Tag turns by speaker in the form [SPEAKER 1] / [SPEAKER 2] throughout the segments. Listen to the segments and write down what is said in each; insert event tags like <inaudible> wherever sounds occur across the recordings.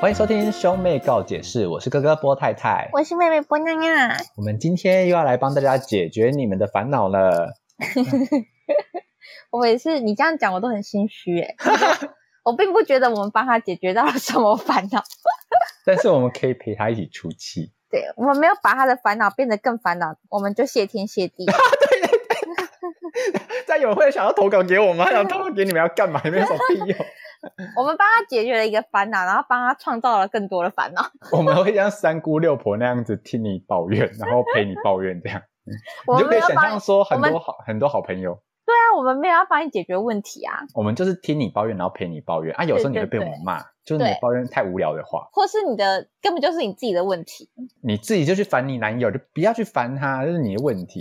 [SPEAKER 1] 欢迎收听兄妹告解释，我是哥哥波太太。
[SPEAKER 2] 我是妹妹波娜娜。
[SPEAKER 1] 我们今天又要来帮大家解决你们的烦恼了。
[SPEAKER 2] 我也是，你这样讲我都很心虚哎。 <laughs> 我并不觉得我们帮他解决到了什么烦恼，
[SPEAKER 1] 但是我们可以陪他一起出气。 <laughs>
[SPEAKER 2] 对我们没有把他的烦恼变得更烦恼，我们就谢天谢 <laughs> 地。
[SPEAKER 1] 但有人会想要投稿给我 <laughs> 们，还想投稿给你们要干嘛？没有什么屁用。
[SPEAKER 2] 我们帮他解决了一个烦恼，然后帮他创造了更多的烦恼。
[SPEAKER 1] <laughs> 我们会像三姑六婆那样子听你抱怨，然后陪你抱怨，这 <laughs> 样
[SPEAKER 2] 我
[SPEAKER 1] 你就
[SPEAKER 2] 们
[SPEAKER 1] 可
[SPEAKER 2] 没
[SPEAKER 1] 以
[SPEAKER 2] 有
[SPEAKER 1] 想
[SPEAKER 2] 帮
[SPEAKER 1] 象
[SPEAKER 2] 你，
[SPEAKER 1] 说很
[SPEAKER 2] 我
[SPEAKER 1] 多
[SPEAKER 2] 们
[SPEAKER 1] 好很多好朋友，
[SPEAKER 2] 对啊，我们没有要帮你解决问题啊，
[SPEAKER 1] 我们就是听你抱怨，然后陪你抱怨啊。有时候你会被我们骂，就是你的
[SPEAKER 2] 对
[SPEAKER 1] 抱怨太无聊的话，
[SPEAKER 2] 或是你的根本就是你自己的问题。
[SPEAKER 1] 你自己就去烦你男友，就不要去烦他，这是你的问题。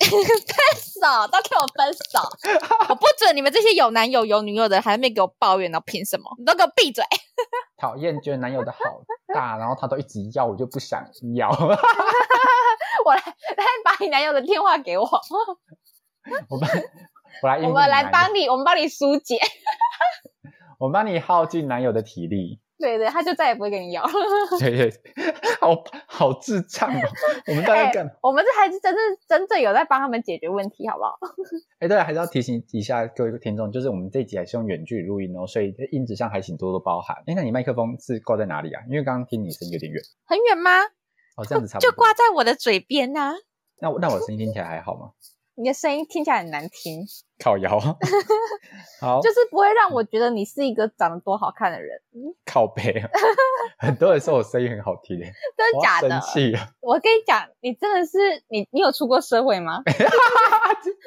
[SPEAKER 2] 分手，都给我分手！我不准你们这些有男友有女友的还没给我抱怨呢，凭什么？你都给我闭嘴！ <laughs>
[SPEAKER 1] 讨厌，觉得男友的好大，然后他都一直要，我就不想要。 <laughs>
[SPEAKER 2] 我来来把你男友的电话给我，
[SPEAKER 1] 我帮，我来，
[SPEAKER 2] 我们来帮
[SPEAKER 1] 你，
[SPEAKER 2] 你，我们帮你疏解。 <laughs>
[SPEAKER 1] 我帮你耗尽男友的体力。 <laughs>
[SPEAKER 2] 对对，他就再也不会跟你要了。
[SPEAKER 1] 对对，好好智障
[SPEAKER 2] <laughs>
[SPEAKER 1] 哦！我们大概干，哎、
[SPEAKER 2] 我们这还是真正真正有在帮他们解决问题，好不好？ <laughs>
[SPEAKER 1] 哎对啊了，还是要提醒一下各位听众，就是我们这集还是用远距离录音哦，所以在音质上还请多多包涵。哎，那你麦克风是挂在哪里啊？因为刚刚听你声音有点远。
[SPEAKER 2] 很远吗？
[SPEAKER 1] 哦，这样子差不多。
[SPEAKER 2] 就挂在我的嘴边呐、
[SPEAKER 1] 那我那我的声音听起来还好吗？
[SPEAKER 2] 你的声音听起来很难听，
[SPEAKER 1] 烤
[SPEAKER 2] <laughs>
[SPEAKER 1] 窑，好，
[SPEAKER 2] 就是不会让我觉得你是一个长得多好看的人，
[SPEAKER 1] 靠背 <laughs> 啊。很多人说我声音很好听，真
[SPEAKER 2] <laughs> 真的假的
[SPEAKER 1] 生？气了。
[SPEAKER 2] 我跟你讲，你真的是你，你有出过社会吗？ <laughs>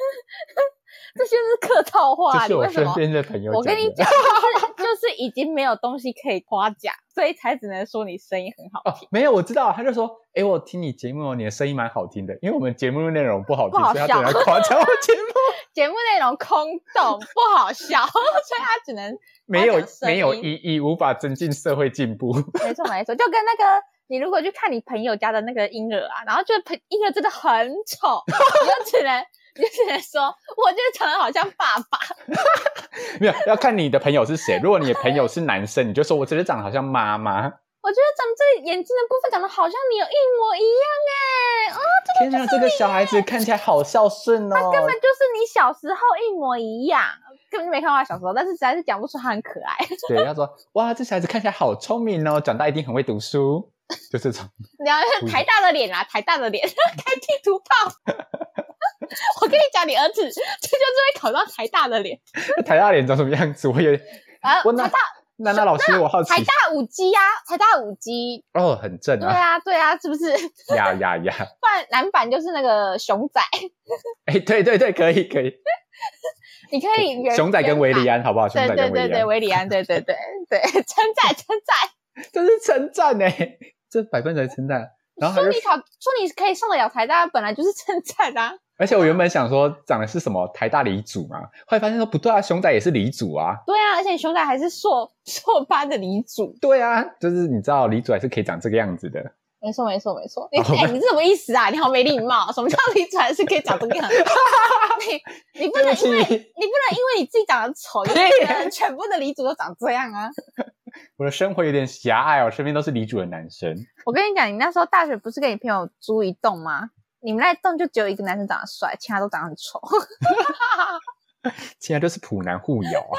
[SPEAKER 2] 这些是客套
[SPEAKER 1] 这
[SPEAKER 2] 话，
[SPEAKER 1] 是我
[SPEAKER 2] 你为什
[SPEAKER 1] 身
[SPEAKER 2] 么？
[SPEAKER 1] 边的朋友
[SPEAKER 2] 我
[SPEAKER 1] 的
[SPEAKER 2] 跟你讲，就是就是已经没有东西可以夸奖，所以才只能说你声音很好
[SPEAKER 1] 哦， <laughs> 没有，我知道，他就说，诶，我听你节目哦，你的声音蛮好听的，因为我们节目内容不好听，
[SPEAKER 2] 不好
[SPEAKER 1] 所以他
[SPEAKER 2] 笑
[SPEAKER 1] 只能夸奖我节
[SPEAKER 2] <laughs>
[SPEAKER 1] 目
[SPEAKER 2] 节目内容空洞不好笑， <laughs> 所以他只能
[SPEAKER 1] 没有
[SPEAKER 2] 夸奖声音
[SPEAKER 1] 没有意义，无法增进社会进步。
[SPEAKER 2] 没错没错，就跟那个你如果去看你朋友家的那个婴儿啊，然后觉得朋婴儿真的很丑，你就只能你就只能说，我就是长得好像爸爸，
[SPEAKER 1] 没有，要看你的朋友是谁。如果你的朋友是男生，你就说我只是长得好像妈妈。
[SPEAKER 2] 我觉得咱们这里眼睛的部分长得好像你有一模一样哎、哦，
[SPEAKER 1] 天哪，这个小孩子看起来好孝顺哦。
[SPEAKER 2] 根本就是你小时候一模一样。根本就没看过他小时候，但是实在是讲不出他很可爱。
[SPEAKER 1] 对，他说，哇，这小孩子看起来好聪明哦，长大一定很会读书，就这种。
[SPEAKER 2] 然后台大的脸啦、台大的脸， <laughs> 开地图炮。我跟你讲，你儿子这就是会考上台大的脸。
[SPEAKER 1] 那台大脸长什么样子？我也，
[SPEAKER 2] 啊，
[SPEAKER 1] 我那
[SPEAKER 2] 台大
[SPEAKER 1] 娜娜老师，我好奇
[SPEAKER 2] 台大五 G 呀、台大五 G，
[SPEAKER 1] 哦，很正
[SPEAKER 2] 对
[SPEAKER 1] 啊，
[SPEAKER 2] 啊，对啊，是不是？不
[SPEAKER 1] 呀呀呀！
[SPEAKER 2] 然男版就是那个熊仔， <laughs>
[SPEAKER 1] <laughs> 哎，对对对，可以可以。
[SPEAKER 2] 你可以原
[SPEAKER 1] 熊仔跟维里
[SPEAKER 2] 安，
[SPEAKER 1] 安，好不好？熊
[SPEAKER 2] 对
[SPEAKER 1] 仔
[SPEAKER 2] 对
[SPEAKER 1] 跟啊维
[SPEAKER 2] 对
[SPEAKER 1] 里
[SPEAKER 2] 对，
[SPEAKER 1] 安，
[SPEAKER 2] 维里安，对对对对，称
[SPEAKER 1] <laughs>
[SPEAKER 2] 赞称赞，
[SPEAKER 1] 这是称赞呢， <laughs> 这百分之百称赞。然后他
[SPEAKER 2] 说
[SPEAKER 1] 就
[SPEAKER 2] 你，考说你可以上得了台大，本来就是称赞啊，
[SPEAKER 1] 而且我原本想说长的是什么台大理组嘛，后来发现说不对啊，熊仔也是理组啊。
[SPEAKER 2] 对啊，而且你熊仔还是硕硕班的女主，
[SPEAKER 1] 对啊，就是你知道理组还是可以长这个样子的。
[SPEAKER 2] 没错没错
[SPEAKER 1] <laughs>
[SPEAKER 2] 没错，你
[SPEAKER 1] 好
[SPEAKER 2] 哎、你这什么意思啊？你好没礼貌，什么叫你转是可以
[SPEAKER 1] <laughs>
[SPEAKER 2] 长这个样子？你你不
[SPEAKER 1] 对
[SPEAKER 2] 能
[SPEAKER 1] 不
[SPEAKER 2] 因为
[SPEAKER 1] 起，
[SPEAKER 2] 你不能因为你自己长得丑，就觉得全部的女主都长这样啊。
[SPEAKER 1] <laughs> 我的生活有点狭隘哦，身边都是理组的男生。
[SPEAKER 2] 我跟你讲，你那时候大学不是跟你朋友租一栋吗？你们那一栋就只有一个男生长得帅，其他都长得很丑。 <laughs>
[SPEAKER 1] 现在就是普男互咬
[SPEAKER 2] <laughs>
[SPEAKER 1] 啊。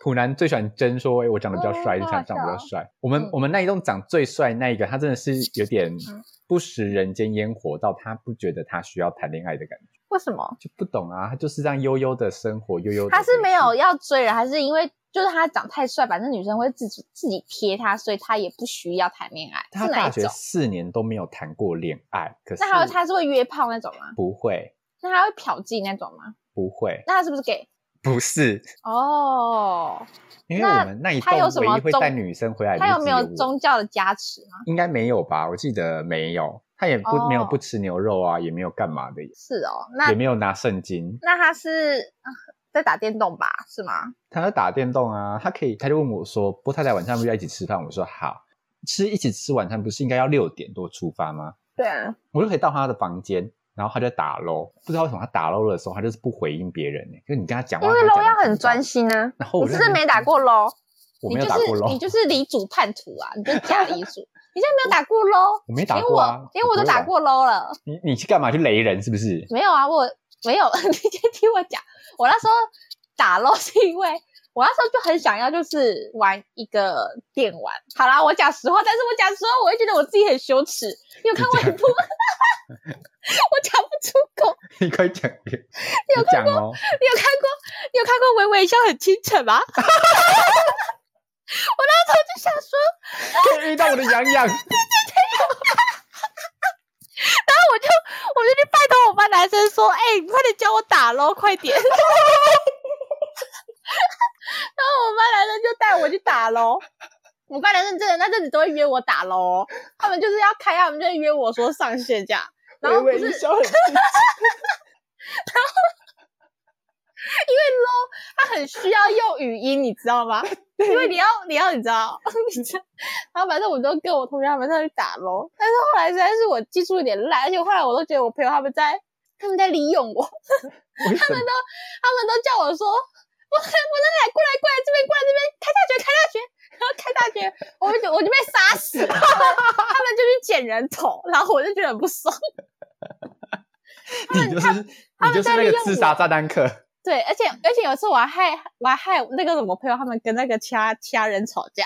[SPEAKER 1] 普男最喜欢争说，哎、我长得比较帅，
[SPEAKER 2] 哦
[SPEAKER 1] 你长得长得比较帅。我们、
[SPEAKER 2] 嗯
[SPEAKER 1] 我们那一栋长最帅那一个，他真的是有点
[SPEAKER 2] 嗯
[SPEAKER 1] 不食人间烟火，到他不觉得他需要谈恋爱的感觉，
[SPEAKER 2] 为什么？
[SPEAKER 1] 就不懂啊，他就是这样悠悠的生活，悠悠的。
[SPEAKER 2] 他是没有要追人，还是因为就是他长太帅，反正女生会自己自己贴他，所以他也不需要谈恋爱，
[SPEAKER 1] 他
[SPEAKER 2] 是哪
[SPEAKER 1] 大
[SPEAKER 2] 一
[SPEAKER 1] 学
[SPEAKER 2] 种？
[SPEAKER 1] 四年都没有谈过恋爱，可是
[SPEAKER 2] 那还有他是会约炮那种吗？
[SPEAKER 1] 不会
[SPEAKER 2] 那他会嫖妓那种吗？
[SPEAKER 1] 不会
[SPEAKER 2] 那他是不是 gay？
[SPEAKER 1] 不是，
[SPEAKER 2] 哦，
[SPEAKER 1] 因为
[SPEAKER 2] 那
[SPEAKER 1] 我们那一栋
[SPEAKER 2] 他有什么
[SPEAKER 1] 唯一会带
[SPEAKER 2] 宗
[SPEAKER 1] 女生回来的
[SPEAKER 2] 他有
[SPEAKER 1] 就
[SPEAKER 2] 没
[SPEAKER 1] 只
[SPEAKER 2] 有
[SPEAKER 1] 我
[SPEAKER 2] 宗教的加持吗？
[SPEAKER 1] 应该没有吧？我记得没有，他也不、
[SPEAKER 2] 哦
[SPEAKER 1] 没有不吃牛肉啊，也没有干嘛的，
[SPEAKER 2] 是哦，那
[SPEAKER 1] 也没有拿圣经。
[SPEAKER 2] 那他是啊在打电动吧？是吗？
[SPEAKER 1] 他在打电动啊，他可以，他就问我说：“波太太晚上要不要一起吃饭？”我说：“好。”吃一起吃晚餐不是应该要六点多出发吗？
[SPEAKER 2] 对啊，
[SPEAKER 1] 我就可以到他的房间，然后他就打喽。不知道为什么他打喽的时候，他就是不回应别人、欸，就你跟他讲话，
[SPEAKER 2] 因为
[SPEAKER 1] 他
[SPEAKER 2] 楼
[SPEAKER 1] 讲得
[SPEAKER 2] 要
[SPEAKER 1] 不
[SPEAKER 2] 很
[SPEAKER 1] 知道
[SPEAKER 2] 专。心啊。
[SPEAKER 1] 然后哦我
[SPEAKER 2] 你是
[SPEAKER 1] 就
[SPEAKER 2] 不是没打过喽？
[SPEAKER 1] 我
[SPEAKER 2] 你
[SPEAKER 1] 没有
[SPEAKER 2] 就
[SPEAKER 1] 打过
[SPEAKER 2] 是
[SPEAKER 1] 喽，
[SPEAKER 2] 你就是离主叛徒啊，你就是假离主，你现在没有打过喽，
[SPEAKER 1] <laughs> 我没打
[SPEAKER 2] 连
[SPEAKER 1] 过啊
[SPEAKER 2] 我，连我
[SPEAKER 1] 不
[SPEAKER 2] 都
[SPEAKER 1] 会
[SPEAKER 2] 打
[SPEAKER 1] 玩。
[SPEAKER 2] 过喽了，
[SPEAKER 1] 你你去干嘛去雷人是不是？ <laughs>
[SPEAKER 2] 没有啊，我没有， <laughs> 你先听我讲，我那时候打喽是因为。我那时候就很想要，就是玩一个电玩。好啦，我讲实话，但是我讲实话，我会觉得我自己很羞耻。你有看过一 <laughs> 部？我讲不出口。
[SPEAKER 1] 你快讲，你讲哦。 <laughs>
[SPEAKER 2] 你有看过你有看过《微微一笑很倾城》吗？ <laughs> 我那时候就想说，
[SPEAKER 1] 可以遇到我的洋洋，
[SPEAKER 2] 然后我就我就去拜托我班男生说，哎、你快点教我打咯，快点。 <laughs> 然后我班男生就带我去打咯。我班男生真的那阵子都会约我打咯，他们就是要开，他们就会约我说上线这样。然后不
[SPEAKER 1] 微
[SPEAKER 2] 是
[SPEAKER 1] 微一
[SPEAKER 2] 因为
[SPEAKER 1] 笑很 <laughs>
[SPEAKER 2] low，他很需要用语音，你知道 <laughs> 吗？因为你要你要你知道， <laughs> 你知道然后反正我都跟我同学他们上去打咯，但是后来实在是我技术有点烂，而且后来我都觉得我朋友他们在他们在利用我。
[SPEAKER 1] 为什么？
[SPEAKER 2] 他们都叫我说，我我真的来过来过来这边过来这边开大学开大学，然后开大学，我就我就被杀死 <laughs> 了，他们他们就去捡人头，然后我就觉得很不爽。
[SPEAKER 1] 你就是
[SPEAKER 2] 他
[SPEAKER 1] 你
[SPEAKER 2] 们
[SPEAKER 1] 就是
[SPEAKER 2] 在
[SPEAKER 1] 那
[SPEAKER 2] 利
[SPEAKER 1] 个
[SPEAKER 2] 用
[SPEAKER 1] 自
[SPEAKER 2] 我
[SPEAKER 1] 杀炸弹客，
[SPEAKER 2] 对，而且而且有一次我还害我还害那个什么朋友他们跟那个其他其他人吵架，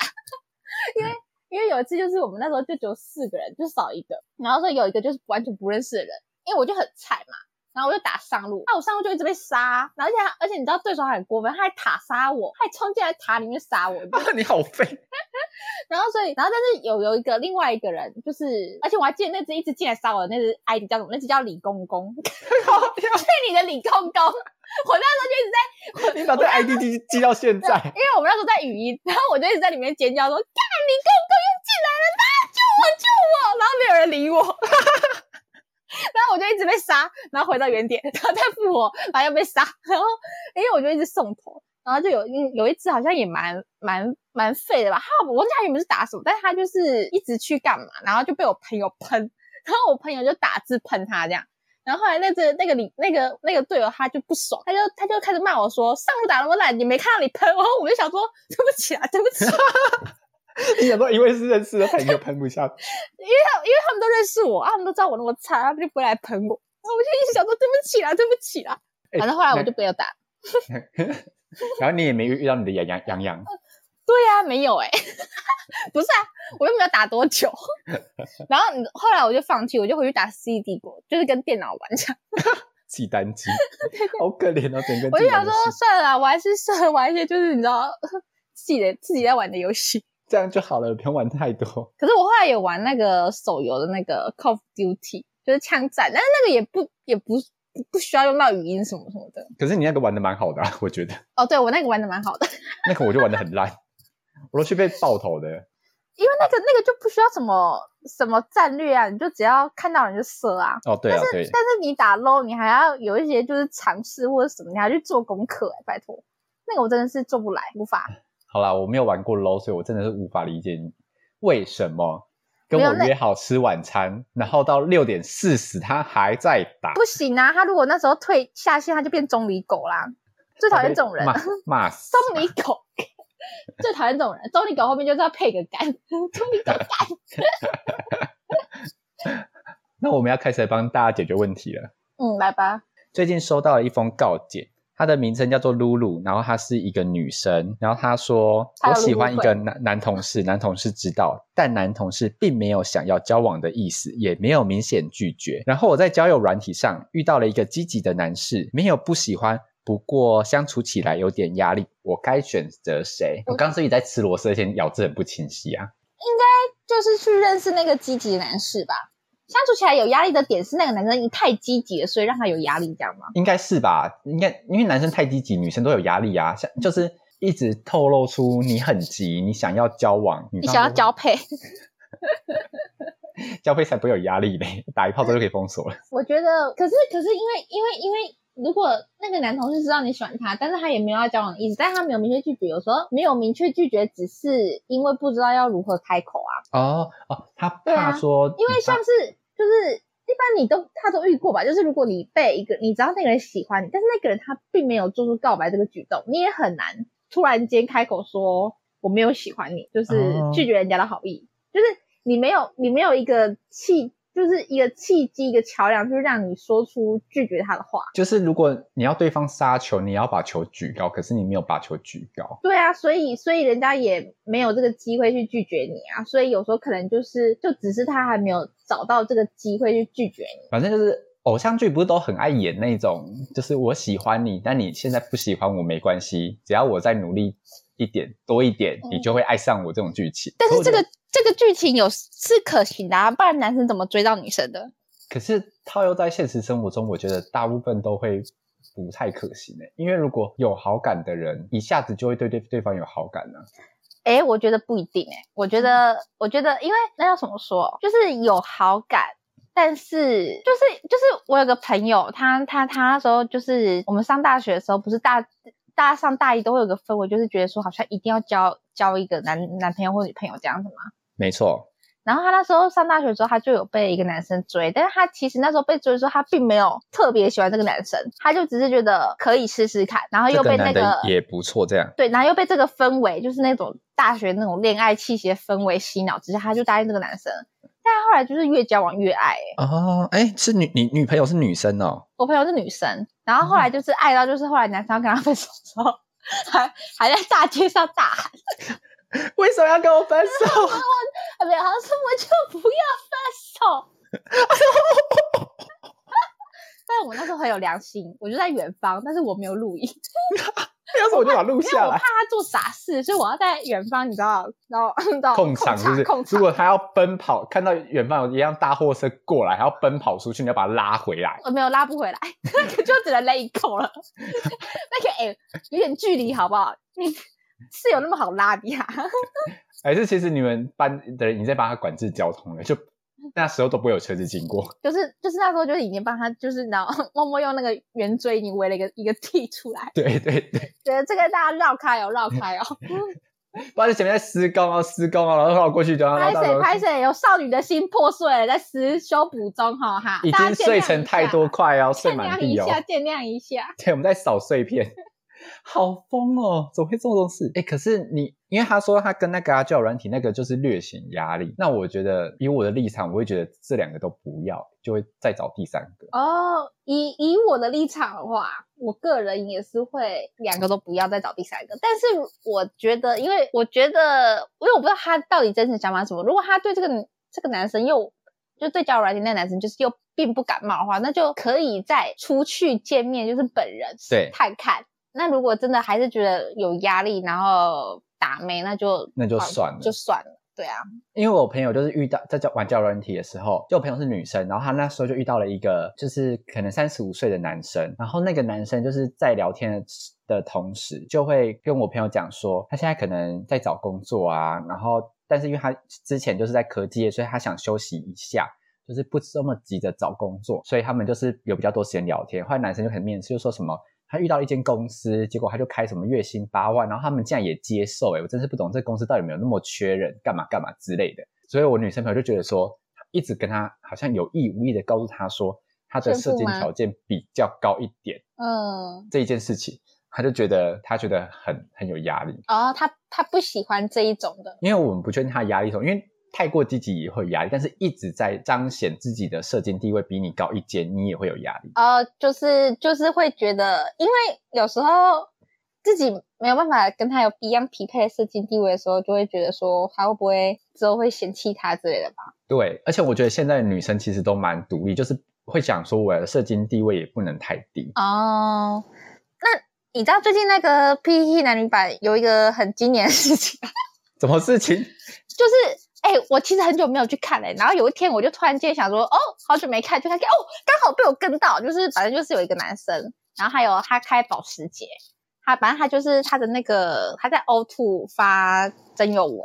[SPEAKER 2] <laughs> 因为因为有一次就是我们那时候就只有四个人，就少一个，然后说有一个就是完全不认识的人，因为我就很菜嘛，然后我就打上路，啊那我上路就一直被杀，然后而且他而且你知道对手还很过分，他还塔杀我，他还冲进来塔里面杀我，
[SPEAKER 1] <laughs> 啊，你好 <laughs> 废，
[SPEAKER 2] 然后所以，然后但是有有一个另外一个人，就是而且我还记得那只一直进来杀我的那只 ID 叫什么？那只叫李公公，
[SPEAKER 1] 啊
[SPEAKER 2] <laughs>
[SPEAKER 1] 好屌
[SPEAKER 2] 去你的李公公！我那时候就一直在，我
[SPEAKER 1] 你把这 ID 记记到现在 <laughs>
[SPEAKER 2] 因，为我们那时候在语音，然后我就一直在里面尖叫说：“干，李公公又进来了，啊，救我，救我！”然后没有人理我， <laughs> 然后我就一直被杀，然后回到原点，然后再复活，然后又被杀，然后因为我就一直送头，然后就有一有一只好像也蛮蛮蛮废的吧，他我忘记他原本是打什么，但是他就是一直去干嘛，然后就被我朋友喷，然后我朋友就打字喷他这样。然后后来那只那个你那个那个队友他就不爽，他就他就开始骂我说上路打那么烂，你没看到你喷？然后我就 <laughs> 想说对不起啊，对不起，因为
[SPEAKER 1] 你想说因为是认识的朋友喷不下去，
[SPEAKER 2] 他因为他们都认识我，啊他们都知道我那么差，他们就不会来喷我。然后我就一直想说对不起啊啦，对不起啦。
[SPEAKER 1] 哎
[SPEAKER 2] 反正后来我就没有打。
[SPEAKER 1] 然后你也没遇到你的洋洋洋 <laughs> 洋，
[SPEAKER 2] 对呀、没有哎、 <laughs> 不是啊，我又没有打多久。
[SPEAKER 1] <laughs>
[SPEAKER 2] 然后你后来我就放弃，我就回去打 C 帝国，就是跟电脑玩这样。
[SPEAKER 1] 契丹机，好可怜哦，整个
[SPEAKER 2] 我
[SPEAKER 1] 技能
[SPEAKER 2] 就想
[SPEAKER 1] 游
[SPEAKER 2] 说
[SPEAKER 1] 戏
[SPEAKER 2] 算了啦，我还是适合玩一些就是你知道 <laughs> 自己的自己在玩的游戏。
[SPEAKER 1] 这样就好了，不用玩太多。
[SPEAKER 2] 可是我后来有玩那个手游的那个 Call of Duty，就是枪战，但是那个也不也不不不需要用到语音什么什么的。
[SPEAKER 1] 可是你那个玩的蛮好的、啊，我觉得
[SPEAKER 2] 哦，对我那个玩的蛮好的， <laughs>
[SPEAKER 1] 那个我就玩的很烂，我都去被爆头的。
[SPEAKER 2] 因为那个那个就不需要什么什么战略啊，你就只要看到人就射啊。
[SPEAKER 1] 哦，对啊，对，
[SPEAKER 2] 但是你打 low，你还要有一些就是尝试或者什么，你还要去做功课、欸，拜托，那个我真的是做不来，无法。
[SPEAKER 1] 好啦，我没有玩过 LO，所以我真的是无法理解你为什么跟
[SPEAKER 2] 没有
[SPEAKER 1] 我
[SPEAKER 2] 那
[SPEAKER 1] 约好吃晚餐，然后到六点四十他还在打，
[SPEAKER 2] 不行啊，他如果那时候退下线，他就变中离狗啦。最讨厌这种人， <laughs>
[SPEAKER 1] 骂骂死。
[SPEAKER 2] 中离狗。 <laughs> 最讨厌这种人，中离狗后面就是要配个干，中离狗干。
[SPEAKER 1] 那我们要开始来帮大家解决问题了。
[SPEAKER 2] 嗯，来吧。
[SPEAKER 1] 最近收到了一封告解，她的名称叫做露露，然后她是一个女生，然后她说
[SPEAKER 2] 她有
[SPEAKER 1] 我
[SPEAKER 2] 露露
[SPEAKER 1] 喜欢一个
[SPEAKER 2] 会
[SPEAKER 1] 男男同事，男同事知道，但男同事并没有想要交往的意思，也没有明显拒绝。然后我在交友软体上遇到了一个积极的男士，没有不喜欢。不过相处起来有点压力，我该选择谁？我刚刚是不是在吃螺丝，而且咬字很不清晰啊。
[SPEAKER 2] 就是去认识那个积极的男士吧。相处起来有压力的点是那个男生太积极了，所以让他有压力，这样吗？
[SPEAKER 1] 应该是吧？应该因为男生太积极，女生都有压力啊，像就是一直透露出你很急，你想要交往，你
[SPEAKER 2] 你想要交配，
[SPEAKER 1] 交配才不会有压力嘞，打一炮之后就可以封锁了。
[SPEAKER 2] <laughs> 我觉得，可是可是因为因为因为如果那个男同事知道你喜欢他，但是他也没有要交往的意思，但是他没有明确拒绝，有时候没有明确拒绝，只是因为不知道要如何开口啊。
[SPEAKER 1] 哦哦，他
[SPEAKER 2] 对啊
[SPEAKER 1] 怕说，
[SPEAKER 2] 因为像是就是一般你都他都遇过吧，就是如果你被一个你知道那个人喜欢你，但是那个人他并没有做出告白这个举动，你也很难突然间开口说我没有喜欢你，就是
[SPEAKER 1] 哦
[SPEAKER 2] 拒绝人家的好意，就是你没有你没有一个契，就是一个契机一个桥梁，就是让你说出拒绝他的话。
[SPEAKER 1] 就是如果你要对方杀球，你要把球举高，可是你没有把球举高。
[SPEAKER 2] 对啊，所以所以人家也没有这个机会去拒绝你啊，所以有时候可能就是就只是他还没有找到这个机会去拒绝你。
[SPEAKER 1] 反正就是偶像剧不是都很爱演那种，就是我喜欢你，但你现在不喜欢我没关系，只要我再努力一点多一点，
[SPEAKER 2] 嗯
[SPEAKER 1] 你就会爱上我这种剧情。
[SPEAKER 2] 但是这
[SPEAKER 1] 所以我
[SPEAKER 2] 个
[SPEAKER 1] 就，
[SPEAKER 2] 这个剧情有是可行的、啊，不然男生怎么追到女生的？
[SPEAKER 1] 可是套用在现实生活中，我觉得大部分都会。不太可行诶、因为如果有好感的人，一下子就会对对对方有好感啊呢、
[SPEAKER 2] 诶，我觉得不一定诶，我觉得，我觉得，因为那要怎么说，就是有好感，但是就是就是我有个朋友，他他他那时候就是我们上大学的时候，不是大大家上大一都会有个氛围，就是觉得说好像一定要交交一个男男朋友或女朋友这样子嘛。
[SPEAKER 1] 没错，
[SPEAKER 2] 然后他那时候上大学之后，他就有被一个男生追，但是他其实那时候被追的时候，他并没有特别喜欢这个男生，他就只是觉得可以试试看，然后啊又
[SPEAKER 1] 这
[SPEAKER 2] 被
[SPEAKER 1] 个
[SPEAKER 2] 那
[SPEAKER 1] 男
[SPEAKER 2] 个
[SPEAKER 1] 的也不错，这样
[SPEAKER 2] 对，然后又被这个氛围，就是那种大学那种恋爱气息的氛围洗脑之下，他就答应这个男生。但他后来就是越交往越爱、欸，
[SPEAKER 1] 哦，哎，是女你女朋友是女生哦，
[SPEAKER 2] 我朋友是女生，然后后来就是爱到，就是后来男生要跟她分手的时候，还还在大街上大喊，
[SPEAKER 1] <laughs> 为什么要跟我分
[SPEAKER 2] <laughs>
[SPEAKER 1] 手？
[SPEAKER 2] 啊没有，好像是我就不要分手。 <laughs> 但我那时候很有良心，我就在远方，但是我没有录影，
[SPEAKER 1] 要是我就把它录
[SPEAKER 2] 因为
[SPEAKER 1] 下
[SPEAKER 2] 我
[SPEAKER 1] 来
[SPEAKER 2] 怕。他做傻事，所以我要在远方，你知道，然后你知道
[SPEAKER 1] 控场是不是？
[SPEAKER 2] 控场
[SPEAKER 1] 如果他要奔跑，看到远方有一辆大货车过来，还要奔跑出去，你要把他拉回来。
[SPEAKER 2] 我没有拉不回来， <laughs> 那个就只能勒一口了。 <laughs> 那个哎、有点距离好不好？你是有那么好拉啊的呀？
[SPEAKER 1] 还是其实你们班的人已经在帮他管制交通了，就那时候都不会有车子经过。
[SPEAKER 2] <laughs>
[SPEAKER 1] <laughs>
[SPEAKER 2] 就是就是那时候就是已经帮他，就是然后默默用那个圆锥已经围了一个一个 T 出来，
[SPEAKER 1] 对对对，
[SPEAKER 2] 觉得这个大家绕开哦，绕开哦，
[SPEAKER 1] 不然就前面在施工啊，施工啊，然后绕过去就要
[SPEAKER 2] 拍
[SPEAKER 1] 绕
[SPEAKER 2] 水
[SPEAKER 1] 到。
[SPEAKER 2] 拍水，有少女的心破碎了，在思修补中哈哈，
[SPEAKER 1] 已
[SPEAKER 2] 大家
[SPEAKER 1] 经
[SPEAKER 2] 见
[SPEAKER 1] 碎
[SPEAKER 2] 谅
[SPEAKER 1] 成
[SPEAKER 2] 一
[SPEAKER 1] 太
[SPEAKER 2] 下
[SPEAKER 1] 多块哦，碎
[SPEAKER 2] 见
[SPEAKER 1] 满
[SPEAKER 2] 谅
[SPEAKER 1] 地
[SPEAKER 2] 一
[SPEAKER 1] 哦。
[SPEAKER 2] 下，见谅一下。
[SPEAKER 1] <laughs> 对，我们在扫碎
[SPEAKER 2] <laughs>
[SPEAKER 1] 片，好疯哦！怎么会做这种事？哎，可是你，因为他说他跟那个啊交友软体那个就是略显压力，那我觉得以我的立场，我会觉得这两个都不要，就会再找第三个。
[SPEAKER 2] 哦，以以我的立场的话，我个人也是会两个都不要再找第三个。但是我觉得，因为我觉得，因为我不知道他到底真实想法是什么。如果他对这个这个男生又就对交友软件那个男生就是又并不感冒的话，那就可以再出去见面，就是本人
[SPEAKER 1] 对
[SPEAKER 2] 看看。那如果真的还是觉得有压力，然后打没，那就
[SPEAKER 1] 那就算了
[SPEAKER 2] 就算了。对啊，
[SPEAKER 1] 因为我朋友就是遇到在交玩交友软体的时候，就我朋友是女生，然后她那时候就遇到了一个就是可能三十五岁的男生，然后那个男生就是在聊天的同时，就会跟我朋友讲说，他现在可能在找工作啊，然后但是因为他之前就是在科技业，所以他想休息一下。就是不这么急着找工作，所以他们就是有比较多时间聊天。后来男生就很面试，就说什么他遇到一间公司，结果他就开什么月薪八万，然后他们竟然也接受、欸，我真是不懂这公司到底有没有那么缺人，干嘛干嘛之类的。所以我女生朋友就觉得说，一直跟他好像有意无意的告诉他说，他的
[SPEAKER 2] 炫
[SPEAKER 1] 设
[SPEAKER 2] 富
[SPEAKER 1] 定
[SPEAKER 2] 吗
[SPEAKER 1] 条件比较高一点
[SPEAKER 2] 嗯，
[SPEAKER 1] 这一件事情，他就觉得他觉得很很有压力，
[SPEAKER 2] 哦，他他不喜欢这一种的。
[SPEAKER 1] 因为我们不确定他的压力从，因为太过积极也会有压力，但是一直在彰显自己的社经地位比你高一阶，你也会有压力。
[SPEAKER 2] 呃，就是就是会觉得，因为有时候自己没有办法跟他有一样匹配的社经地位的时候，就会觉得说他会不会之后会嫌弃他之类的吧？
[SPEAKER 1] 对，而且我觉得现在的女生其实都蛮独立，就是会想说我的社经地位也不能太低。
[SPEAKER 2] 哦，那你知道最近那个 PPT 男女版有一个很经典的事情，
[SPEAKER 1] 什么事情？
[SPEAKER 2] <laughs> 就是哎、我其实很久没有去看了、然后有一天我就突然间想说，哦，好久没看，就看看，哦，刚好被我跟到，就是反正就是有一个男生，然后还有他开保时捷，他反正他就是他的那个他在 O two 发真友文，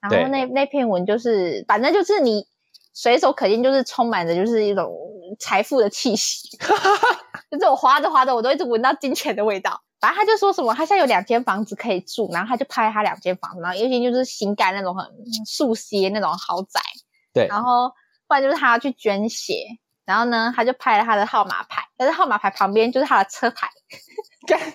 [SPEAKER 2] 然
[SPEAKER 1] 对
[SPEAKER 2] 后那那篇文就是反正就是你随手可见，就是充满着就是一种财富的气息，就是我滑着滑着，我都一直闻到金钱的味道。反正他就说什么，他现在有两间房子可以住，然后他就拍他两间房子，然后一间就是新盖那种很树些那种豪宅，
[SPEAKER 1] 对，
[SPEAKER 2] 然后不然就是他要去捐血，然后呢，他就拍了他的号码牌，但是号码牌旁 <laughs> 边就是他的车牌，但但是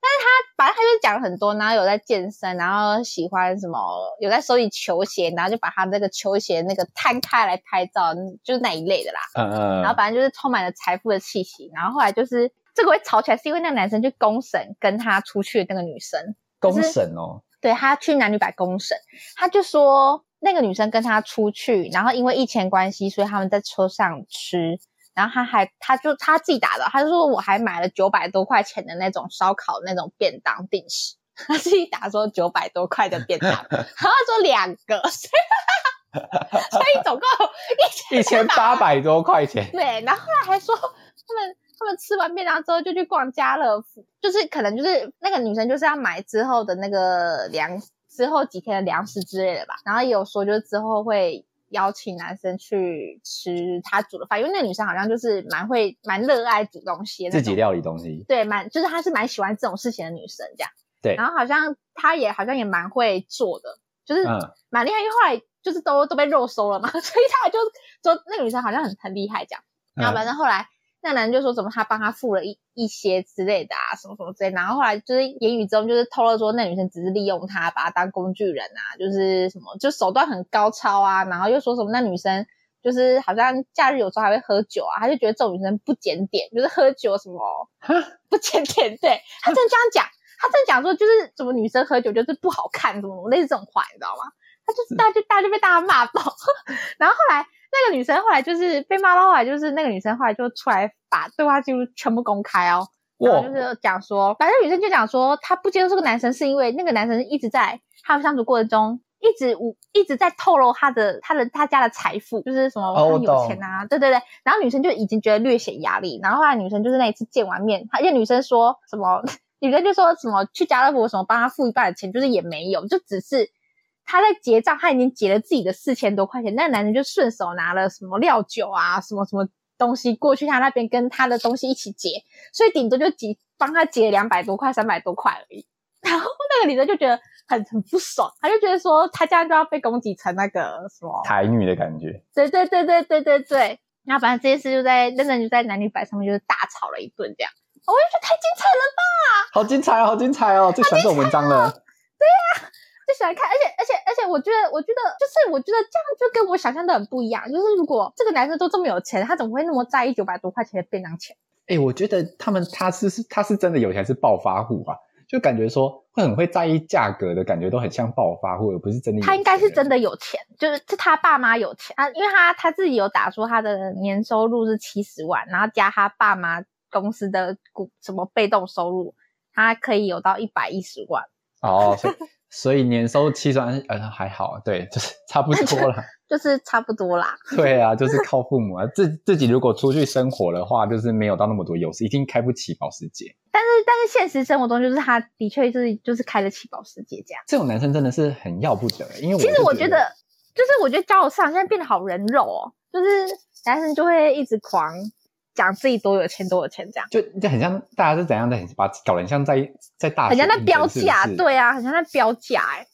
[SPEAKER 2] 他反正他就讲很多，然后有在健身，然后喜欢什么，有在收集球鞋，然后就把他那个球鞋那个摊开来拍照，就是那一类的啦。
[SPEAKER 1] 嗯嗯，
[SPEAKER 2] 然后反正就是充满了财富的气息。然后后来就是这个会吵起来，是因为那个男生去公审跟他出去的那个女生，
[SPEAKER 1] 公审
[SPEAKER 2] <laughs>
[SPEAKER 1] 哦，
[SPEAKER 2] 对他去男女版公审，他就说那个女生跟他出去，然后因为疫情关系，所以他们在车上吃。然后他还，他就他自己打的，他就说我还买了九百多块钱的那种烧烤那种便当定时， <laughs> 他自己打说九百多块的便当，然 <laughs> 后他说两个， <laughs> 所以 <laughs> 所以总共
[SPEAKER 1] 一千八百多块钱，
[SPEAKER 2] 对，然后后来还说他们他们吃完便当之后就去逛家乐福，就是可能就是那个女生就是要买之后的那个粮之后几天的粮食之类的吧，然后也有说就是之后会邀请男生去吃他煮的饭，因为那个女生好像就是蛮会蛮热爱煮东西的 <laughs> 那
[SPEAKER 1] 自
[SPEAKER 2] 种，
[SPEAKER 1] 己料理东西，
[SPEAKER 2] 对，蛮就是她是蛮喜欢这种事情的女生这样，
[SPEAKER 1] 对
[SPEAKER 2] 然后好像她也好像也蛮会做的，就是
[SPEAKER 1] 嗯，
[SPEAKER 2] 蛮厉害，因为后来就是都都被肉收了嘛， <laughs> 所以他就说那个女生好像很很厉害这样。然后
[SPEAKER 1] 嗯
[SPEAKER 2] 反正后来那男人就说什么他帮他付了一一些之类的啊，什么什么之类的。然后后来就是言语中就是透露说那女生只是利用他，把他当工具人啊，就是什么就手段很高超啊，然后又说什么那女生。就是好像假日有时候还会喝酒啊，他就觉得这种女生不检点，就是喝酒什么 <laughs> 不检点，对他真的这样讲，他真的讲说就是什么女生喝酒就是不好看，什么类似这种话，你知道吗？他就是大家就大家就被大家骂爆， <laughs> 然后后来那个女生后来就是被骂到后来，就是那个女生后来就出来把对话记录全部公开哦，然后就
[SPEAKER 1] 哇，
[SPEAKER 2] 是讲说，反正女生就讲说她不接受这个男生是因为那个男生一直在他们相处过程中。一直无一直在透露他的他的他家的财富，就是什么
[SPEAKER 1] 哦
[SPEAKER 2] 他
[SPEAKER 1] 我
[SPEAKER 2] 很有
[SPEAKER 1] 懂
[SPEAKER 2] 钱啊，对对对。然后女生就已经觉得略显压力，然后后来女生就是那一次见完面，她因为女生说什么，女生就说什么去家乐福什么帮他付一半的钱，就是也没有，就只是他在结账，他已经结了自己的四千多块钱，那个男人就顺手拿了什么料酒啊，什么什么东西过去他那边跟他的东西一起结，所以顶多就结帮他结两百多块、三百多块而已。 <laughs> 然后那个女的就觉得很很不爽，她就觉得说她这样就要被攻击成那个什么，
[SPEAKER 1] 台女的感觉，
[SPEAKER 2] 对对对对对对对。然后反正这件事就在真的就在男女版上面就是大吵了一顿这样，哦我就觉得太精彩了吧。
[SPEAKER 1] 好精彩哦，好精彩哦，最喜欢这种文章了，
[SPEAKER 2] 最喜欢看，而且而且而且，我觉得我觉得就是我觉得这样就跟我想象的很不一样。就是如果这个男生都这么有钱，他怎么会那么在意九百多块钱的便当钱？
[SPEAKER 1] 哎，我觉得他们他是是他是真的有钱是暴发户啊，就感觉说会很会在意价格的感觉，都很像暴发户，而不是真的有钱人，
[SPEAKER 2] 他应该是真的有钱，就是是他爸妈有钱啊，因为他他自己有打说他的年收入是七十万，然后加他爸妈公司的股什么被动收入，他可以有到一百一十万。
[SPEAKER 1] 哦，所以所以年收七十万，呃，还好，对，就是 <laughs> 差不多了。
[SPEAKER 2] 就是差不多啦，
[SPEAKER 1] 对啊，就是靠父母啊，自自己如果出去生活的话，就是没有到那么多优势，一定开不起保时捷。
[SPEAKER 2] 但是但是现实生活中，就是他的确就是就是开得起保时捷这样。
[SPEAKER 1] 这种男生真的是很要不得，因为
[SPEAKER 2] 其实
[SPEAKER 1] 就
[SPEAKER 2] 我觉得，就是我觉得交友市场现在变得好人肉哦，就是男生就会一直狂讲自己多有钱多有钱这样，
[SPEAKER 1] 就就很像大家是怎样的，把搞得很像在在大学
[SPEAKER 2] 很像在
[SPEAKER 1] 应征
[SPEAKER 2] 标
[SPEAKER 1] 是不
[SPEAKER 2] 价，
[SPEAKER 1] 是，
[SPEAKER 2] 对啊，很像在标价哎、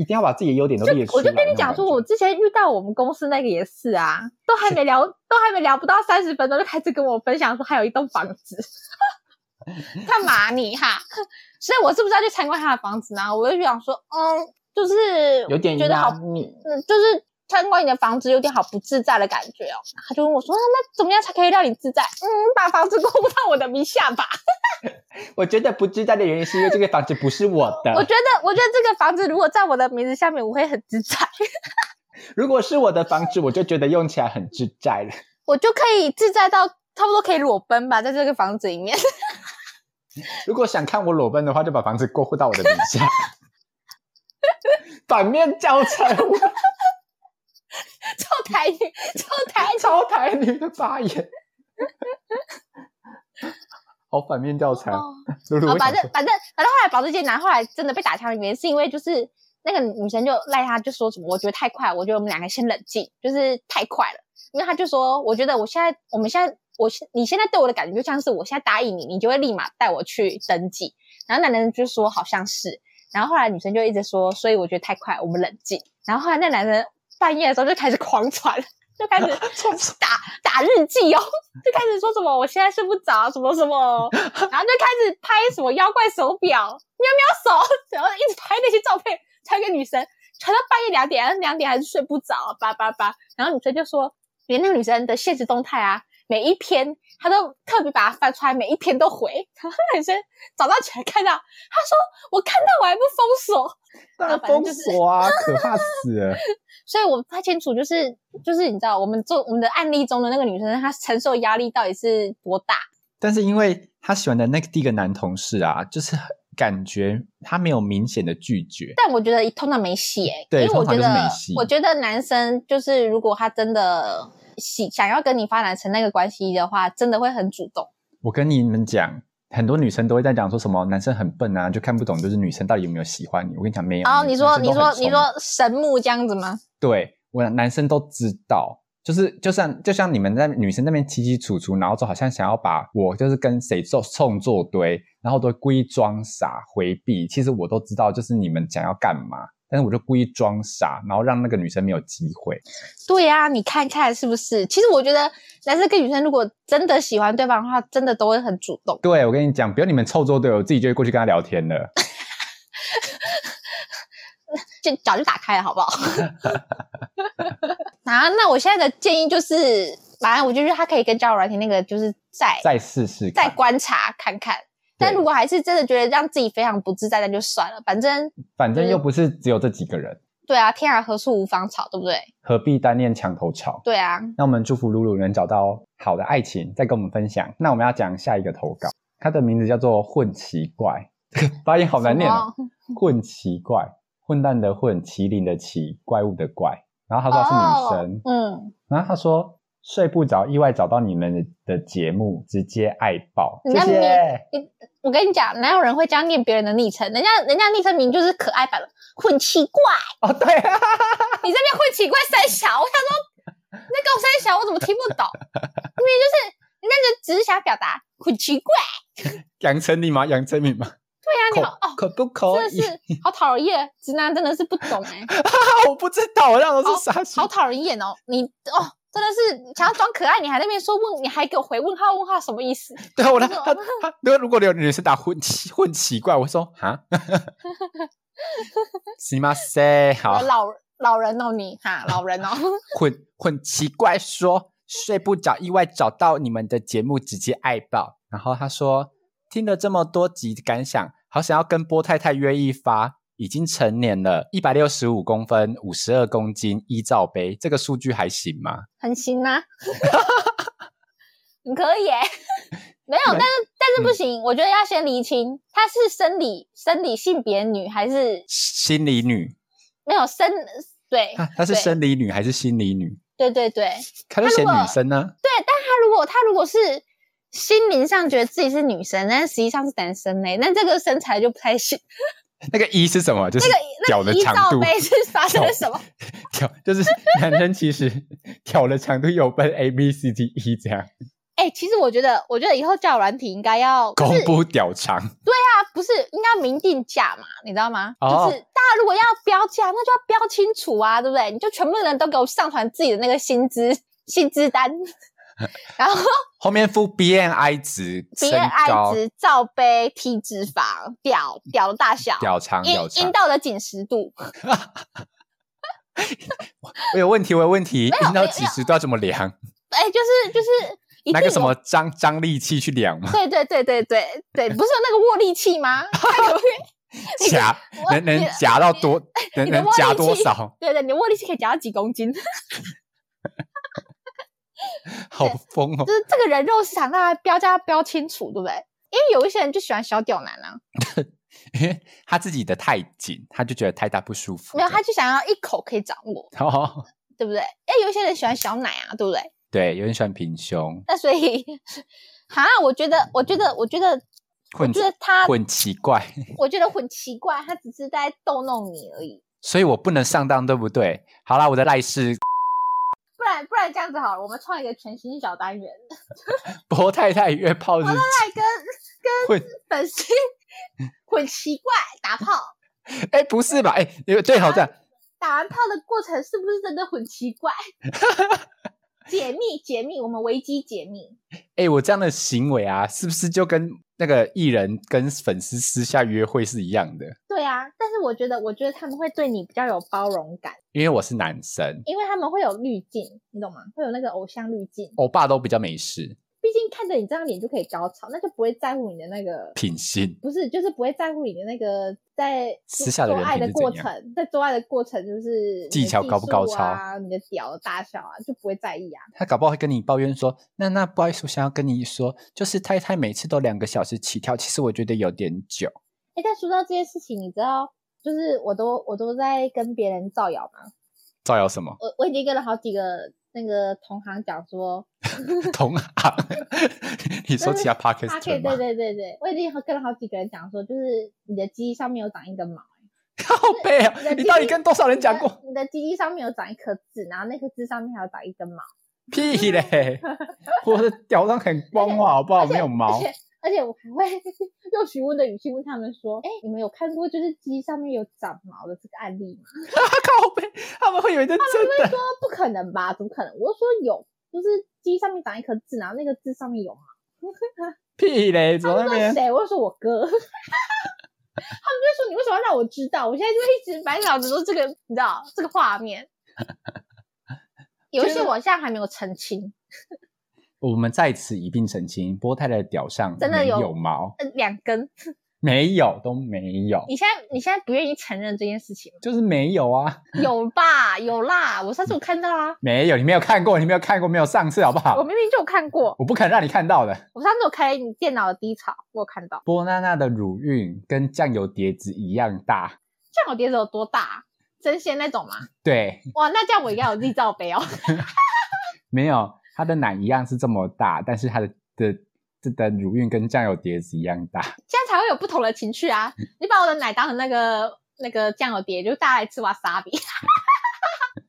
[SPEAKER 1] 一定要把自己的优点都列出
[SPEAKER 2] 我
[SPEAKER 1] 来。
[SPEAKER 2] 就跟你讲说，我之前遇到我们公司那个也是啊，都还没聊，都还没聊不到三十分钟，就开始跟我分享说还有一栋房子， <laughs> 干嘛你哈？所以我是不是要去参观他的房子呢？我就想说，嗯，就是
[SPEAKER 1] 有点
[SPEAKER 2] 觉得好
[SPEAKER 1] 压力，
[SPEAKER 2] 嗯，就是参观你的房子有点好不自在的感觉哦。他就问我说：“啊那怎么样才可以让你自在？”嗯，把房子过 <laughs> 户到我的名下吧。
[SPEAKER 1] 我觉得不自在的原因是因为这个房子不是我
[SPEAKER 2] 我
[SPEAKER 1] 的，
[SPEAKER 2] 觉得，我觉得这个房子如果在我的名字下面，我会很自在，
[SPEAKER 1] 如果是我的房子，我就觉得用起来很自在了。
[SPEAKER 2] 我就可以自在到差不多可以裸奔吧，在这个房子里面。 <laughs>
[SPEAKER 1] 如果想看我裸奔的话，就把房子过户到我的名下。反面教材，
[SPEAKER 2] 臭台女，臭台女，
[SPEAKER 1] 超台女的发言，好反面教材。
[SPEAKER 2] 哦
[SPEAKER 1] 露露，
[SPEAKER 2] 啊，
[SPEAKER 1] 我想
[SPEAKER 2] 反正
[SPEAKER 1] 说
[SPEAKER 2] 反正反正后来保时捷男后来真的被打枪的原因是因为就是那个女生就赖他，就说什么我觉得太快了，我觉得我们两个先冷静，就是太快了。因为他就说，我觉得我现在我们现在我现你现在对我的感觉就像是我现在答应你，你就会立马带我去登记。然后那男人就说好像是，然后后来女生就一直说，所以我觉得太快，我们冷静。然后后来那男人半夜的时候就开始狂传，就开始打打日记哦， <laughs> 就开始说什么我现在睡不着什么什么，然后就开始拍什么妖怪手表、喵喵手，然后一直拍那些照片传给女神，传到半夜两点，两点还是睡不着，叭叭叭。然后女生就说，连那个女生的现实动态啊，每一篇她都特别把它翻出来，每一篇都回。 <laughs> 然后那女生早上起来看到，她说我看到我还不封锁。
[SPEAKER 1] 当然封锁啊，可怕死了。
[SPEAKER 2] 所以我不太清楚，就是就是你知道，我们做我们的案例中的那个女生，她承受压力到底是多大？
[SPEAKER 1] 但是因为他喜欢的那个第一个男同事啊，就是感觉他没有明显的拒绝，
[SPEAKER 2] 但我觉得通常没戏诶、
[SPEAKER 1] 对
[SPEAKER 2] 因为我觉
[SPEAKER 1] 通常
[SPEAKER 2] 得
[SPEAKER 1] 就是没戏
[SPEAKER 2] 我觉得男生就是如果他真的喜想要跟你发展成那个关系的话，真的会很主动。
[SPEAKER 1] 我跟你们讲，很多女生都会在讲说什么男生很笨啊，就看不懂，就是女生到底有没有喜欢你。我跟你讲，没有。
[SPEAKER 2] 然哦后你说
[SPEAKER 1] 男生
[SPEAKER 2] 你
[SPEAKER 1] 都
[SPEAKER 2] 说
[SPEAKER 1] 很啊
[SPEAKER 2] 你
[SPEAKER 1] 聪明
[SPEAKER 2] 说神木这样子吗？
[SPEAKER 1] 对我男生都知道，就是就像就像你们在女生那边起起楚楚，然后就好像想要把我就是跟谁做冲作堆，然后都故意装傻回避。其实我都知道，就是你们想要干嘛，但是我就故意装傻，然后让那个女生没有机会。
[SPEAKER 2] 对呀、你看看是不是？其实我觉得男生跟女生如果真的喜欢对方的话，真的都会很主动。
[SPEAKER 1] 对我跟你讲，不用你们凑作堆，我自己就会过去跟他聊天了。
[SPEAKER 2] 就早就打开了，好 <laughs> 不好？啊，那我现在的建议就是，反正我就觉得他可以跟交友软体那个，就是再
[SPEAKER 1] 再试试
[SPEAKER 2] 再
[SPEAKER 1] 看，
[SPEAKER 2] 观察看看。但如果还是真的觉得让自己非常不自在，那就算了，反正
[SPEAKER 1] 反正
[SPEAKER 2] 就是
[SPEAKER 1] 又不是只有这几个人，
[SPEAKER 2] 对啊，天涯何处无芳草，对不对？
[SPEAKER 1] 何必单恋墙头草？
[SPEAKER 2] 对啊，
[SPEAKER 1] 那我们祝福露露能找到好的爱情，再跟我们分享。那我们要讲下一个投稿，它的名字叫做“混奇怪”， <laughs> 发音好难念哦。混奇怪，混蛋的混，麒麟的麒，怪物的怪。然后他说他是女生，
[SPEAKER 2] 哦嗯，
[SPEAKER 1] 然后他说睡不着，意外找到你们的节目，直接爱爆，谢
[SPEAKER 2] 那你
[SPEAKER 1] 谢。
[SPEAKER 2] 我跟你讲，哪有人会这样念别人的昵称？人家人家昵称名就是可爱版的混奇怪，
[SPEAKER 1] 哦，对、啊， <laughs>
[SPEAKER 2] 你这边混奇怪三小，我想说，那个三小我怎么听不懂？明明就是人家就只是想表达混奇怪，
[SPEAKER 1] 杨丞琳吗？杨丞琳吗？
[SPEAKER 2] 对呀、
[SPEAKER 1] 可可不可
[SPEAKER 2] 你
[SPEAKER 1] 以？啊
[SPEAKER 2] 好哦，真的是好讨人厌，直男真的是不懂哎、
[SPEAKER 1] 我不知道，我那时候是傻笑
[SPEAKER 2] 好。讨人厌哦，你哦。真的是想要装可爱，你还在那边说问，你还给我回问号问号什么意思？
[SPEAKER 1] 对啊，我那
[SPEAKER 2] 那种
[SPEAKER 1] 他他，如果如果有女生打混奇混奇怪，我会说 <laughs> 哈，行吗？塞好
[SPEAKER 2] 老老人哦你哈，老人哦， <laughs>
[SPEAKER 1] 混混奇怪说睡不着，意外找到你们的节目，直接爱爆。然后他说听了这么多集的感想，好想要跟波太太约一发。已经成年了，一百六十五公分，五十二公斤，一罩杯，这个数据还行吗？
[SPEAKER 2] 很行吗？ <laughs> 你可以耶、 <laughs> 没有，
[SPEAKER 1] 没
[SPEAKER 2] 但是但
[SPEAKER 1] 嗯
[SPEAKER 2] 是不行，我觉得要先厘清，她是生理生理性别女还是
[SPEAKER 1] 心理女，啊
[SPEAKER 2] 没有生对
[SPEAKER 1] 她她是
[SPEAKER 2] 哎对
[SPEAKER 1] 生理女还是心理女？
[SPEAKER 2] 对对对
[SPEAKER 1] 她就写
[SPEAKER 2] 她如果
[SPEAKER 1] 女生呢、
[SPEAKER 2] 对，但他如果他如果是心灵上觉得自己是女生，但实际上是男生嘞、那这个身材就不太行。
[SPEAKER 1] 那个一是什么？就是
[SPEAKER 2] 那
[SPEAKER 1] 屌
[SPEAKER 2] 个
[SPEAKER 1] 的
[SPEAKER 2] 一
[SPEAKER 1] 长
[SPEAKER 2] 罩
[SPEAKER 1] 度，
[SPEAKER 2] 杯是发生了什么？
[SPEAKER 1] 屌 <laughs> 就是男生其实屌的长度有分 A B C D E 这样，
[SPEAKER 2] 哎、其实我觉得，我觉得以后交友软体应该要，可
[SPEAKER 1] 公
[SPEAKER 2] 是
[SPEAKER 1] 布屌长。
[SPEAKER 2] 它不是应该明定价嘛？你知道吗？
[SPEAKER 1] 哦
[SPEAKER 2] 就是大家如果要标价，那就要标清楚啊，对不对？你就全部人都给我上传自己的那个薪资薪资单， <laughs> 然
[SPEAKER 1] <laughs>
[SPEAKER 2] 后
[SPEAKER 1] 后面附 B N I 值、身
[SPEAKER 2] B N
[SPEAKER 1] 高嗯
[SPEAKER 2] I、值、罩杯、体脂肪、屌屌的大小、
[SPEAKER 1] 屌长、
[SPEAKER 2] 阴
[SPEAKER 1] 屌
[SPEAKER 2] 阴
[SPEAKER 1] 长。
[SPEAKER 2] 道的紧实度。
[SPEAKER 1] 我有问题，我有问题，
[SPEAKER 2] 没有
[SPEAKER 1] 阴道
[SPEAKER 2] 没有
[SPEAKER 1] 几十都要怎么量？
[SPEAKER 2] 哎、就是就是一
[SPEAKER 1] 拿
[SPEAKER 2] 定
[SPEAKER 1] 个
[SPEAKER 2] 有
[SPEAKER 1] 什么张张力器去量吗？
[SPEAKER 2] 对对对对对对，不是有那个握力器吗？它有
[SPEAKER 1] 夹
[SPEAKER 2] 我
[SPEAKER 1] <laughs> 能能
[SPEAKER 2] 你
[SPEAKER 1] 夹到多，能
[SPEAKER 2] 你的
[SPEAKER 1] 能
[SPEAKER 2] 握
[SPEAKER 1] 夹
[SPEAKER 2] 力
[SPEAKER 1] 多
[SPEAKER 2] 器
[SPEAKER 1] 少？
[SPEAKER 2] 对对，你的握力器可以夹到几公斤？就
[SPEAKER 1] 好疯哦！
[SPEAKER 2] 是这个人肉市场，大家标价要标清楚，对不对？因为有一些人就喜欢小屌男啊，
[SPEAKER 1] 因为他自己的太紧，他就觉得太大不舒服。
[SPEAKER 2] 没有他就想要一口可以掌握，
[SPEAKER 1] 哦，
[SPEAKER 2] 对不对？哎，有一些人喜欢小奶啊，对不对？
[SPEAKER 1] 对，有点喜欢平胸，
[SPEAKER 2] 那所以， <laughs> 哈，我觉得，我觉得，我觉得，我
[SPEAKER 1] 混
[SPEAKER 2] 觉得他，
[SPEAKER 1] 混奇怪。 <laughs>
[SPEAKER 2] 我觉得很奇怪，他只是在逗弄你而已。
[SPEAKER 1] 所以我不能上当，对不对？好啦，我的赖是
[SPEAKER 2] 不然，不然这样子好了，我们创一个全新小单元，
[SPEAKER 1] <laughs> 博太太约炮日记
[SPEAKER 2] 再跟
[SPEAKER 1] 混，
[SPEAKER 2] 粉丝混奇怪打炮。
[SPEAKER 1] 哎、不是吧？哎、对，好这样，
[SPEAKER 2] 打完炮的过程是不是真的很奇怪？解密解密，我们维基解密。
[SPEAKER 1] 哎、我这样的行为啊，是不是就跟那个艺人跟粉丝私下约会是一样的？
[SPEAKER 2] 对啊，但是我觉得，我觉得他们会对你比较有包容感，
[SPEAKER 1] 因为我是男生，
[SPEAKER 2] 因为他们会有滤镜，你懂吗？会有那个偶像滤镜，
[SPEAKER 1] 欧巴都比较没事，
[SPEAKER 2] 毕竟看着你这张脸就可以高潮，那就不会在乎你的那个
[SPEAKER 1] 品性。
[SPEAKER 2] 不是，就是不会在乎你的那个在
[SPEAKER 1] 私下的
[SPEAKER 2] 做
[SPEAKER 1] 人
[SPEAKER 2] 爱
[SPEAKER 1] 品
[SPEAKER 2] 的
[SPEAKER 1] 是
[SPEAKER 2] 过
[SPEAKER 1] 怎
[SPEAKER 2] 程，在做爱的过程就是你的
[SPEAKER 1] 技巧高不
[SPEAKER 2] 术
[SPEAKER 1] 高超
[SPEAKER 2] 啊，你的屌的大小啊，就不会在意啊。
[SPEAKER 1] 他搞不好会跟你抱怨说：“那那不好意思，我想要跟你说，就是太太每次都两个小时起跳，其实我觉得有点久。
[SPEAKER 2] 哎，但说到这件事情，你知道，就是我都我都在跟别人造谣嘛，”
[SPEAKER 1] 造谣什么？
[SPEAKER 2] <laughs> 我我已经跟了好几个那个同行讲说，
[SPEAKER 1] 同行？你说其他 p o d c
[SPEAKER 2] 他
[SPEAKER 1] a
[SPEAKER 2] 可以
[SPEAKER 1] s
[SPEAKER 2] <laughs> 对
[SPEAKER 1] 吗？
[SPEAKER 2] 对对对，我已经跟了好几个人讲说，就是你的鸡上面有长一根毛。
[SPEAKER 1] 靠背啊！
[SPEAKER 2] 的
[SPEAKER 1] 你
[SPEAKER 2] 鸡
[SPEAKER 1] 到底
[SPEAKER 2] 鸡
[SPEAKER 1] 跟多少人讲过？
[SPEAKER 2] 你的？你的鸡鸡上面有长一颗痣，然后那颗痣上面还有长一根毛。
[SPEAKER 1] 屁嘞！我的屌上很光滑，好不好？
[SPEAKER 2] 而且
[SPEAKER 1] 没有毛
[SPEAKER 2] 而且。而且我还会 <laughs> 用询问的语气问他们说：“哎、你们有看过就是鸡上面有长毛的这个案例吗
[SPEAKER 1] 啊靠背，他们会以为这是真？”
[SPEAKER 2] 他
[SPEAKER 1] 的。
[SPEAKER 2] 说：“不可能吧，怎么可能？”我就说：“有，就是鸡上面长一颗痣，然后那个痣上面有毛。
[SPEAKER 1] 屁嘞！”走
[SPEAKER 2] 他
[SPEAKER 1] 那
[SPEAKER 2] 们说：“
[SPEAKER 1] 边
[SPEAKER 2] 谁？”我就说：“我哥。” <laughs> 他们就会说：“你为什么要让我知道？我现在就一直满脑子都这个，你知道这个画面。”有一些我现在还没有澄清，
[SPEAKER 1] 我们在此一并澄清，波泰的屌上
[SPEAKER 2] 真的
[SPEAKER 1] 没
[SPEAKER 2] 有
[SPEAKER 1] 有毛，
[SPEAKER 2] 呃，两根。
[SPEAKER 1] 没有都没有，
[SPEAKER 2] 你现在你现在不愿意承认这件事情吗？
[SPEAKER 1] 就是没有啊，
[SPEAKER 2] 有吧？有啦，我上次有看到啊。
[SPEAKER 1] 没有，你没有看过，你没有看过，没有上次好不
[SPEAKER 2] 我
[SPEAKER 1] 好？
[SPEAKER 2] 明明就有看过，
[SPEAKER 1] 我不可能让你看到的。
[SPEAKER 2] 我上次有开你电脑的低潮，我有看到。
[SPEAKER 1] 波娜娜的乳晕跟酱油碟子一样大，
[SPEAKER 2] 酱油碟子有多大啊？真鲜那种吗？
[SPEAKER 1] 对，
[SPEAKER 2] 哇，那这样我应该有立罩杯哦。
[SPEAKER 1] 没有，她的奶一样是这么大，但是她的的这的乳晕跟酱油碟子一样大。
[SPEAKER 2] 这样才会有不同的情趣啊！你把我的奶当成那个那个酱油碟，就大家来吃瓦萨比，在 <laughs> 上面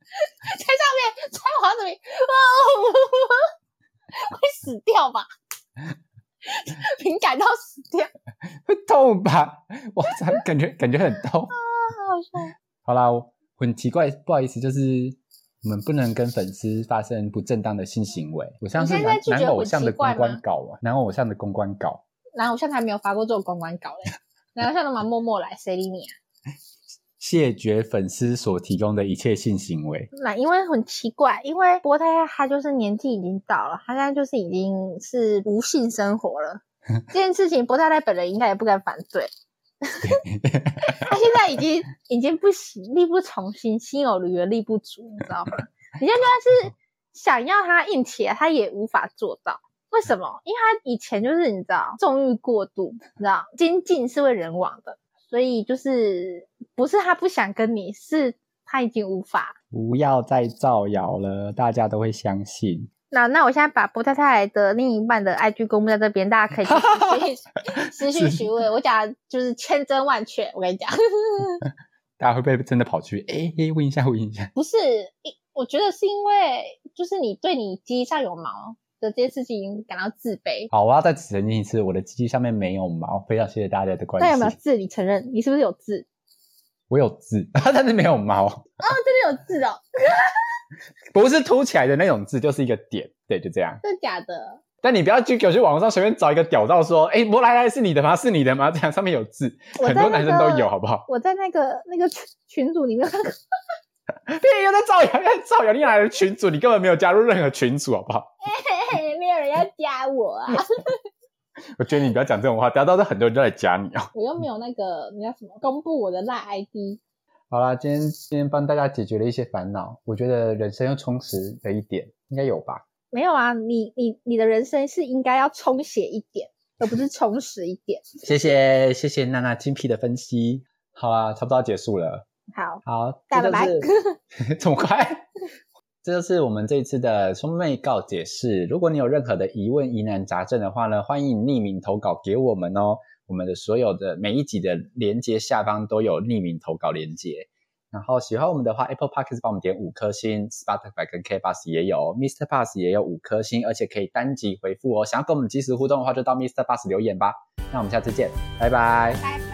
[SPEAKER 2] 在我这里，哦，会死掉吧？敏感到死掉，
[SPEAKER 1] 会痛吧？哇，这感觉感觉很痛。
[SPEAKER 2] 好好笑。
[SPEAKER 1] 好啦，我很奇怪，不好意思，就是我们不能跟粉丝发生不正当的性行为。我像是
[SPEAKER 2] 你现在
[SPEAKER 1] 男
[SPEAKER 2] 拒绝
[SPEAKER 1] 男偶像的
[SPEAKER 2] 很奇怪
[SPEAKER 1] 公
[SPEAKER 2] 吗
[SPEAKER 1] 关稿啊，男偶像的公关稿，
[SPEAKER 2] 然后我现在还没有发过这种公关稿嘞，然后像他们默默来，谁理你啊？
[SPEAKER 1] 谢绝粉丝所提供的一切性行为。
[SPEAKER 2] 那因为很奇怪，因为波太他就是年纪已经到了，他现在就是已经是无性生活了。这件事情，波太太本人应该也不敢反对。他现在已经已经不行，力不从心，心有余而力不足，你知道吗？你现在是想要他硬起来，他也无法做到。为什么？因为他以前就是你知道纵欲过度，你知道精进是会人亡的，所以就是不是他不想跟你，是他已经无法
[SPEAKER 1] 不要再造谣了，大家都会相信。
[SPEAKER 2] 那那我现在把波太太的另一半的 IG 公布在这边，大家可以
[SPEAKER 1] <laughs>
[SPEAKER 2] 去私讯私讯询问。我讲就是千真万确，我跟你讲，
[SPEAKER 1] 大家会不会真的跑去？哎、哎，问一下，问一下。 <laughs>
[SPEAKER 2] 不是，一我觉得是因为就是你对你鸡上有毛的这件事情感到自卑。
[SPEAKER 1] 好，我要再指认一次，我的鸡鸡上面没有毛，非常谢谢大家的关
[SPEAKER 2] 啊那有没有
[SPEAKER 1] 心。
[SPEAKER 2] 字？你承认你是不是有字？
[SPEAKER 1] 我有痣， <laughs> 但是没有毛，
[SPEAKER 2] 真的有字哦，
[SPEAKER 1] 不是凸起来的那种痣，就是一个点。对，就这样。
[SPEAKER 2] 真的假的？
[SPEAKER 1] 但你不要去给我去网络上随便找一个屌照说，哎，摩来来是你的吗？是你的吗？这 <laughs> 样上面有字，
[SPEAKER 2] 我
[SPEAKER 1] 很
[SPEAKER 2] 在
[SPEAKER 1] 多
[SPEAKER 2] 那
[SPEAKER 1] 男
[SPEAKER 2] 个
[SPEAKER 1] 生都有，好不好？
[SPEAKER 2] 我在那个那个群群组里面 <laughs> 看过，
[SPEAKER 1] 别又在造谣，又在造谣，你哪来的群主？你根本没有加入任何群主，好不好？
[SPEAKER 2] 嘿嘿，没有人要加我
[SPEAKER 1] <laughs>
[SPEAKER 2] 啊，
[SPEAKER 1] 我觉得你不要讲这种话，等下到时候很多人都来加你哦。
[SPEAKER 2] 我又没有那个那叫什么公布我的赖 ID。
[SPEAKER 1] <laughs> 好啦，今天今天帮大家解决了一些烦恼，我觉得人生又充实了一点，应该有吧？
[SPEAKER 2] 没有啊，你你你的人生是应该要充血一点，而不是充实一点。
[SPEAKER 1] 谢谢谢谢娜娜精辟的分析。好啦，差不多要结束了。
[SPEAKER 2] 好，
[SPEAKER 1] 好，
[SPEAKER 2] 大
[SPEAKER 1] 这
[SPEAKER 2] 拜拜
[SPEAKER 1] 就是 <laughs> 这么快？这就是我们这一次的兄妹告解释。如果你有任何的疑问、疑难杂症的话呢，欢迎匿名投稿给我们哦。我们的所有的每一集的连接下方都有匿名投稿连接。然后喜欢我们的话，Apple Podcast 帮我们点五颗星，Spotify 跟 K Bus 也有，Mr. Bus 也有五颗星，而且可以单集回复哦。想要跟我们及时互动的话，就到 Mr. Bus 留言吧。那我们下次见，拜拜。
[SPEAKER 2] <laughs> 拜拜。